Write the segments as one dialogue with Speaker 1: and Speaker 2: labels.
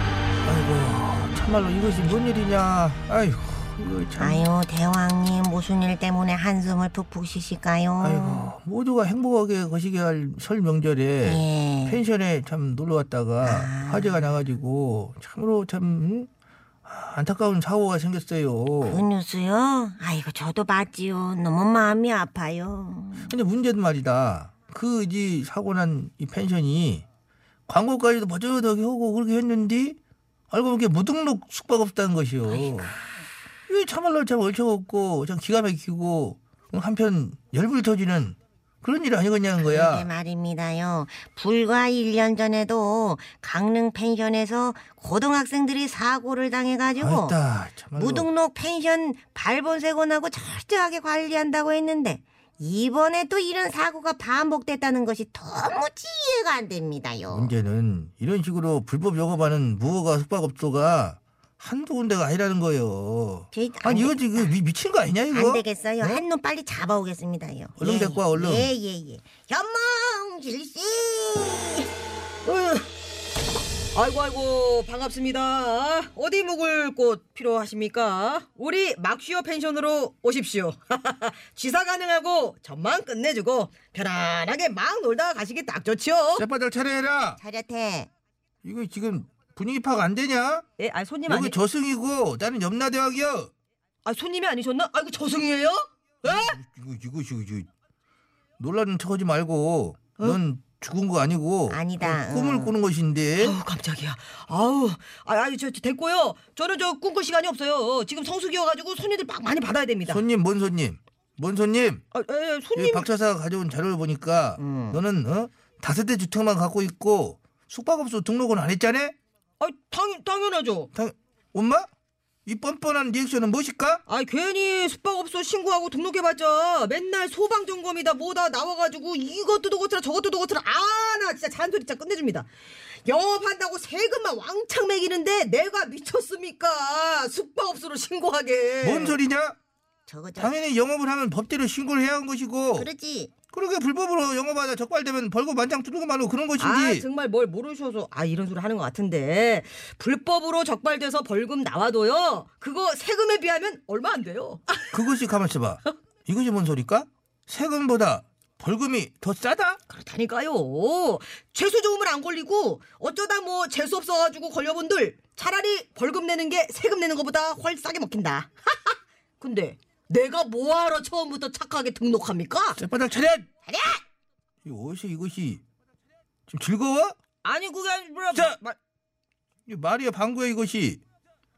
Speaker 1: 아이고 참말로 이것이 뭔 일이냐 아이고 이거 참
Speaker 2: 아유 대왕님 무슨 일 때문에 한숨을 푹푹 쉬실까요?
Speaker 1: 아이고 모두가 행복하게 거시게 할 설 명절에
Speaker 2: 예. 아.
Speaker 1: 펜션에 참 놀러 왔다가 화재가 나가지고 참으로 참 음? 아, 안타까운 사고가 생겼어요
Speaker 2: 그 뉴스요? 아이고 저도 봤지요. 너무 마음이 아파요.
Speaker 1: 근데 문제는 말이다 그 이제 사고 난 이 펜션이 광고까지도 버젓하게 하고 그렇게 했는데 알고 보니까 무등록 숙박업자인 것이요 이 참말로 참 얼척없고 참 기가 막히고 한편 열불 터지는 그런 일 아니겠냐는
Speaker 2: 그게
Speaker 1: 거야
Speaker 2: 말입니다요. 불과 1년 전에도 강릉 펜션에서 고등학생들이 사고를 당해가지고
Speaker 1: 아따 참말로
Speaker 2: 무등록 펜션 발본세곤하고 철저하게 관리한다고 했는데 이번에 또 이런 사고가 반복됐다는 것이 도무지 이해가 안 됩니다요.
Speaker 1: 문제는 이런 식으로 불법 영업하는 무허가 숙박업소가 한두 군데가 아니라는 거예요.
Speaker 2: 저희 안
Speaker 1: 아니 이거 지금 미, 미친 거 아니냐 이거?
Speaker 2: 안 되겠어요.
Speaker 1: 어?
Speaker 2: 한눈 빨리 잡아오겠습니다요. 예.
Speaker 1: 얼른 데리고 와, 얼른.
Speaker 2: 예예예. 현몽 질씨.
Speaker 3: 아이고 아이고 반갑습니다. 어디 묵을 곳 필요하십니까? 우리 막쉬어 펜션으로 오십시오. 취사 가능하고 전망 끝내주고 편안하게 막 놀다 가시기 딱 좋죠.
Speaker 1: 쌔바닥 차려해라.
Speaker 2: 차렷해.
Speaker 1: 이거 지금 분위기 파악 안 되냐?
Speaker 3: 예, 아 손님
Speaker 1: 여기
Speaker 3: 아니,
Speaker 1: 저승이고 나는 염라대왕이야.
Speaker 3: 아 손님이 아니셨나? 아이고 저승이에요?
Speaker 1: 이거 이거 이거 이거 놀라는 척하지 말고
Speaker 3: 어?
Speaker 1: 넌 죽은 거 아니고
Speaker 2: 아니다.
Speaker 1: 그 꿈을
Speaker 2: 응.
Speaker 1: 꾸는 것인데
Speaker 3: 아우 깜짝이야. 아우, 아, 아유 저, 저 됐고요. 저는 저 꿈꿀 시간이 없어요. 지금 성수기여가지고 손님들 막 많이 받아야 됩니다.
Speaker 1: 손님 뭔 손님 뭔 손님?
Speaker 3: 아, 예,
Speaker 1: 이
Speaker 3: 손님
Speaker 1: 박 차사가 가져온 자료를 보니까
Speaker 2: 음.
Speaker 1: 너는 어? 다섯 대 주택만 갖고 있고 숙박업소 등록은 안 했잖아?
Speaker 3: 아, 당, 당연하죠.
Speaker 1: 당... 엄마? 이 뻔뻔한 리액션은 무엇일까?
Speaker 3: 아 괜히 숙박업소 신고하고 등록해봤자 맨날 소방점검이다 뭐다 나와가지고 이것도 도고트라 저것도 도고트라 아 나 진짜 잔소리 진짜 끝내줍니다 영업한다고 세금만 왕창 매기는데 내가 미쳤습니까 숙박업소로 신고하게
Speaker 1: 뭔 소리냐?
Speaker 2: 저거 저.
Speaker 1: 당연히 뭐. 영업을 하면 법대로 신고를 해야 하는 것이고
Speaker 2: 그러지.
Speaker 1: 그러게 불법으로 영업하다 적발되면 벌금 만장 두르고 말고 그런 것인지
Speaker 3: 아 정말 뭘 모르셔서 아 이런 소리 하는 것 같은데 불법으로 적발돼서 벌금 나와도요 그거 세금에 비하면 얼마 안 돼요
Speaker 1: 그것이 가만 있어봐 이것이 뭔 소리일까? 세금보다 벌금이 더 싸다?
Speaker 3: 그렇다니까요. 재수 좋으면 안 걸리고 어쩌다 뭐 재수 없어가지고 걸려본들 차라리 벌금 내는 게 세금 내는 것보다 훨 싸게 먹힌다. 근데 내가 뭐하러 처음부터 착하게 등록합니까?
Speaker 1: 쌔바닥 차렷! 차렷! 이 옷이 이것이 지금 즐거워?
Speaker 3: 아니 그게 아니라
Speaker 1: 자!
Speaker 3: 말-
Speaker 1: 이 말이야 방구야 이것이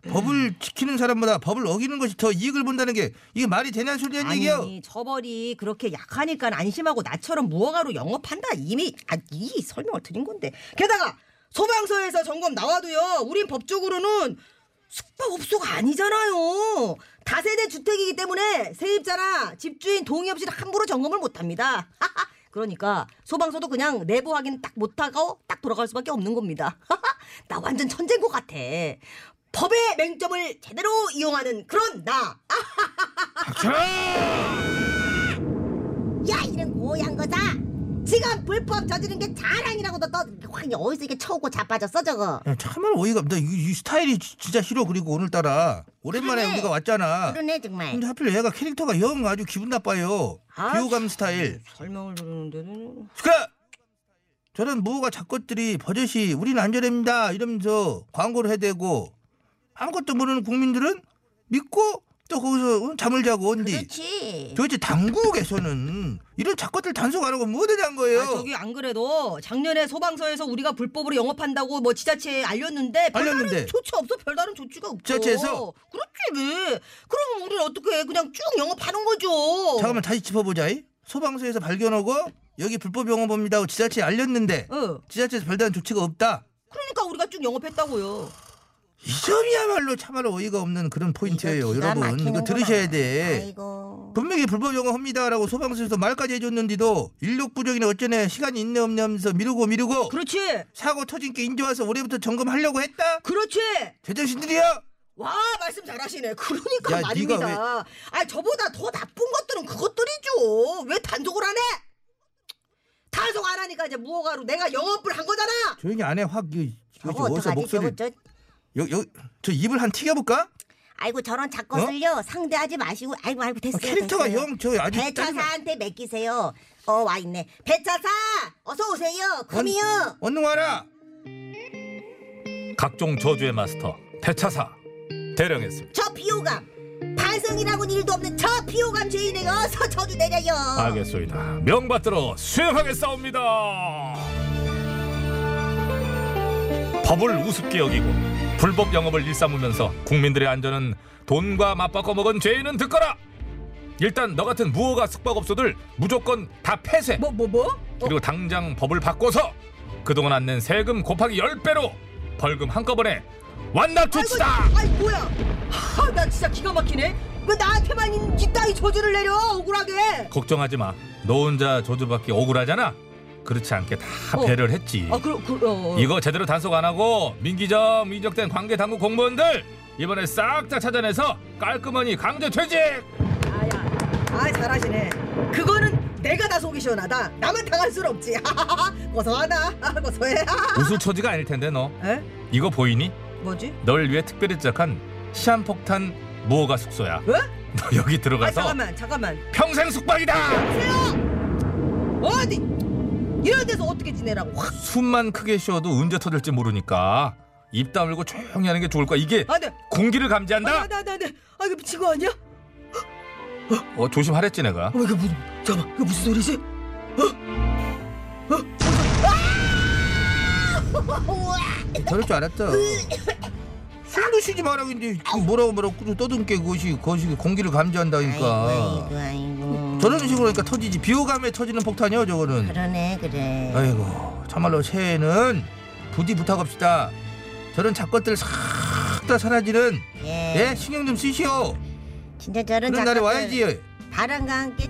Speaker 1: 법을 지키는 사람보다 법을 어기는 것이 더 이익을 본다는 게 이게 말이 되냐는 소리란 얘기야
Speaker 3: 아니 저벌이 그렇게 약하니까 안심하고 나처럼 무허가로 영업한다 이미 아, 이 설명을 드린 건데 게다가 소방서에서 점검 나와도요 우린 법적으로는 숙박업소가 아니잖아요 다세대 주택이기 때문에 세입자나 집주인 동의 없이 함부로 점검을 못합니다 그러니까 소방서도 그냥 내부 확인 딱 못하고 딱 돌아갈 수밖에 없는 겁니다 나 완전 천재인 것 같아 법의 맹점을 제대로 이용하는 그런 나
Speaker 2: 야 이런 고양 거다. 지금 불법 저지른 게 자랑이라고도 또확 어디서 이게 쳐오고 자빠졌어 저거.
Speaker 1: 야, 참말 어이가 없다 이, 이 스타일이 지- 진짜 싫어 그리고 오늘따라 오랜만에
Speaker 2: 그러네.
Speaker 1: 우리가 왔잖아
Speaker 2: 그러네 정말.
Speaker 1: 근데 하필 얘가 캐릭터가 영 아주 기분 나빠요
Speaker 3: 아,
Speaker 1: 비호감 스타일
Speaker 3: 설명을 들었는데는
Speaker 1: 스카 저런 무호가 작것들이 버젓이 우리는 안전합니다 이러면서 광고를 해대고 아무것도 모르는 국민들은 믿고 또 거기서 어? 잠을 자고 온디
Speaker 2: 그렇지.
Speaker 1: 도대체 당국에서는 이런 작것들 단속 안 하고 뭐 대한 거예요?
Speaker 3: 아, 저기 안 그래도 작년에 소방서에서 우리가 불법으로 영업한다고 뭐 지자체에 알렸는데 별다른
Speaker 1: 알렸는데.
Speaker 3: 조치 없어 별다른 조치가 없어
Speaker 1: 지자체에서?
Speaker 3: 그렇지 왜 그러면 우리는 어떻게 해? 그냥 쭉 영업하는 거죠
Speaker 1: 잠깐만 다시 짚어보자. 이. 소방서에서 발견하고 여기 불법 영업입니다 하고 지자체에 알렸는데
Speaker 3: 어.
Speaker 1: 지자체에서 별다른 조치가 없다.
Speaker 3: 그러니까 우리가 쭉 영업했다고요.
Speaker 1: 이 점이야말로 참말로 어이가 없는 그런 포인트예요, 여러분. 이거 들으셔야 돼.
Speaker 2: 아이고.
Speaker 1: 분명히 불법 영업합니다라고 소방서에서 말까지 해줬는데도 인력 부족이나 어쩌네 시간이 있네 없네 하면서 미루고 미루고
Speaker 3: 그렇지.
Speaker 1: 사고 터진 게 이제 와서 올해부터 점검하려고 했다?
Speaker 3: 그렇지.
Speaker 1: 제정신들이야?
Speaker 3: 와 말씀 잘하시네. 그러니까
Speaker 1: 야, 네가
Speaker 3: 말입니다. 아 저보다 더 나쁜 것들은 그것들이죠. 왜 단속을 안 해? 단속 안 하니까 이제 무허가로 내가 영업을 한 거잖아.
Speaker 1: 조용히 안 해 확 이거 이거
Speaker 2: 저거
Speaker 1: 좀 어디서
Speaker 2: 어떡하지? 저거
Speaker 1: 뭐, 목소리
Speaker 2: 저
Speaker 1: 여여저 입을 한 튀겨볼까?
Speaker 2: 아이고 저런 작것을요 상대하지 마시고 아이고 아이고
Speaker 1: 아,
Speaker 2: 됐어요.
Speaker 1: 어? 캐릭터가
Speaker 2: 됐어요.
Speaker 1: 영 저 아주 짜증나.
Speaker 2: 배차사한테 맡기세요. 어 와 있네. 배차사 어서 오세요.
Speaker 1: 언-
Speaker 2: 금이요.
Speaker 1: 얼른 와라.
Speaker 4: 각종 저주의 마스터 배차사 대령했습니다.
Speaker 2: 저 비호감 반성이라고는 일도 없는 저 비호감 죄인에게 어서 저주 내려요.
Speaker 1: 아, 그러니까.
Speaker 4: 알겠소이다. 명받들어 수행하겠사옵니다. 법을 우습게 여기고 불법 영업을 일삼으면서 국민들의 안전은 돈과 맞바꿔 먹은 죄인은 듣거라. 일단 너 같은 무허가 숙박업소들 무조건 다 폐쇄.
Speaker 3: 뭐 뭐 뭐? 어,
Speaker 4: 그리고 당장 법을 바꿔서 그동안 안 낸 세금 곱하기 10배로 벌금 한꺼번에 완납조치다.
Speaker 3: 아이 뭐야? 하, 나 진짜 기가 막히네. 왜 나한테만 이 따위 저주를 내려 억울하게?
Speaker 4: 걱정하지 마. 너 혼자 저주받기 억울하잖아. 그렇지 않게 다
Speaker 3: 어.
Speaker 4: 배려를 했지.
Speaker 3: 아 그럼 그 어, 어.
Speaker 4: 이거 제대로 단속 안 하고 민기점 인적된 관계 당국 공무원들 이번에 싹 다 찾아내서 깔끔하니 강제 퇴직.
Speaker 3: 아야, 아 잘하시네. 그거는 내가 다 속이 시원하다. 나만 당할 순 없지. 고소하나? 아, 고소해. 아.
Speaker 4: 웃을 처지가 아닐 텐데 너
Speaker 3: 에?
Speaker 4: 이거 보이니?
Speaker 3: 뭐지?
Speaker 4: 널 위해 특별히 제작한 시한폭탄 무허가 숙소야.
Speaker 3: 왜?
Speaker 4: 너 여기
Speaker 3: 아
Speaker 4: 들어가서
Speaker 3: 잠깐만, 잠깐만.
Speaker 4: 평생 숙박이다.
Speaker 3: 어디? 이런 데서 어떻게 지내라고? 확.
Speaker 4: 숨만 크게 쉬어도 언제 터질지 모르니까 입 다물고 조용히 하는 게 좋을 거야. 이게
Speaker 3: 아, 네.
Speaker 4: 공기를 감지한다.
Speaker 3: 아, 나, 나, 나, 아, 이거 미친 거 아니야? 어,
Speaker 4: 어 조심하랬지 내가.
Speaker 3: 이거 그 무슨, 잠깐만, 이거 무슨 소리지? 어?
Speaker 1: 아! 저럴 줄 알았죠. 숨도 쉬지 말라고 이제 뭐라고 뭐라고 꾸르 떠듬게 그것이 그것이 공기를 감지한다니까.
Speaker 2: 아이고 아이고.
Speaker 1: 저런 식으로 하니까 터지지 비호감에 터지는 폭탄이요 저거는.
Speaker 2: 그러네 그래.
Speaker 1: 어. 아이고 참말로 새해에는 부디 부탁합시다. 저런 작것들 싹 다 사라지는
Speaker 2: 예.
Speaker 1: 예 신경 좀 쓰시오.
Speaker 2: 진짜 저런
Speaker 1: 그런 날이
Speaker 2: 작가들
Speaker 1: 와야지.
Speaker 2: 바람과 함께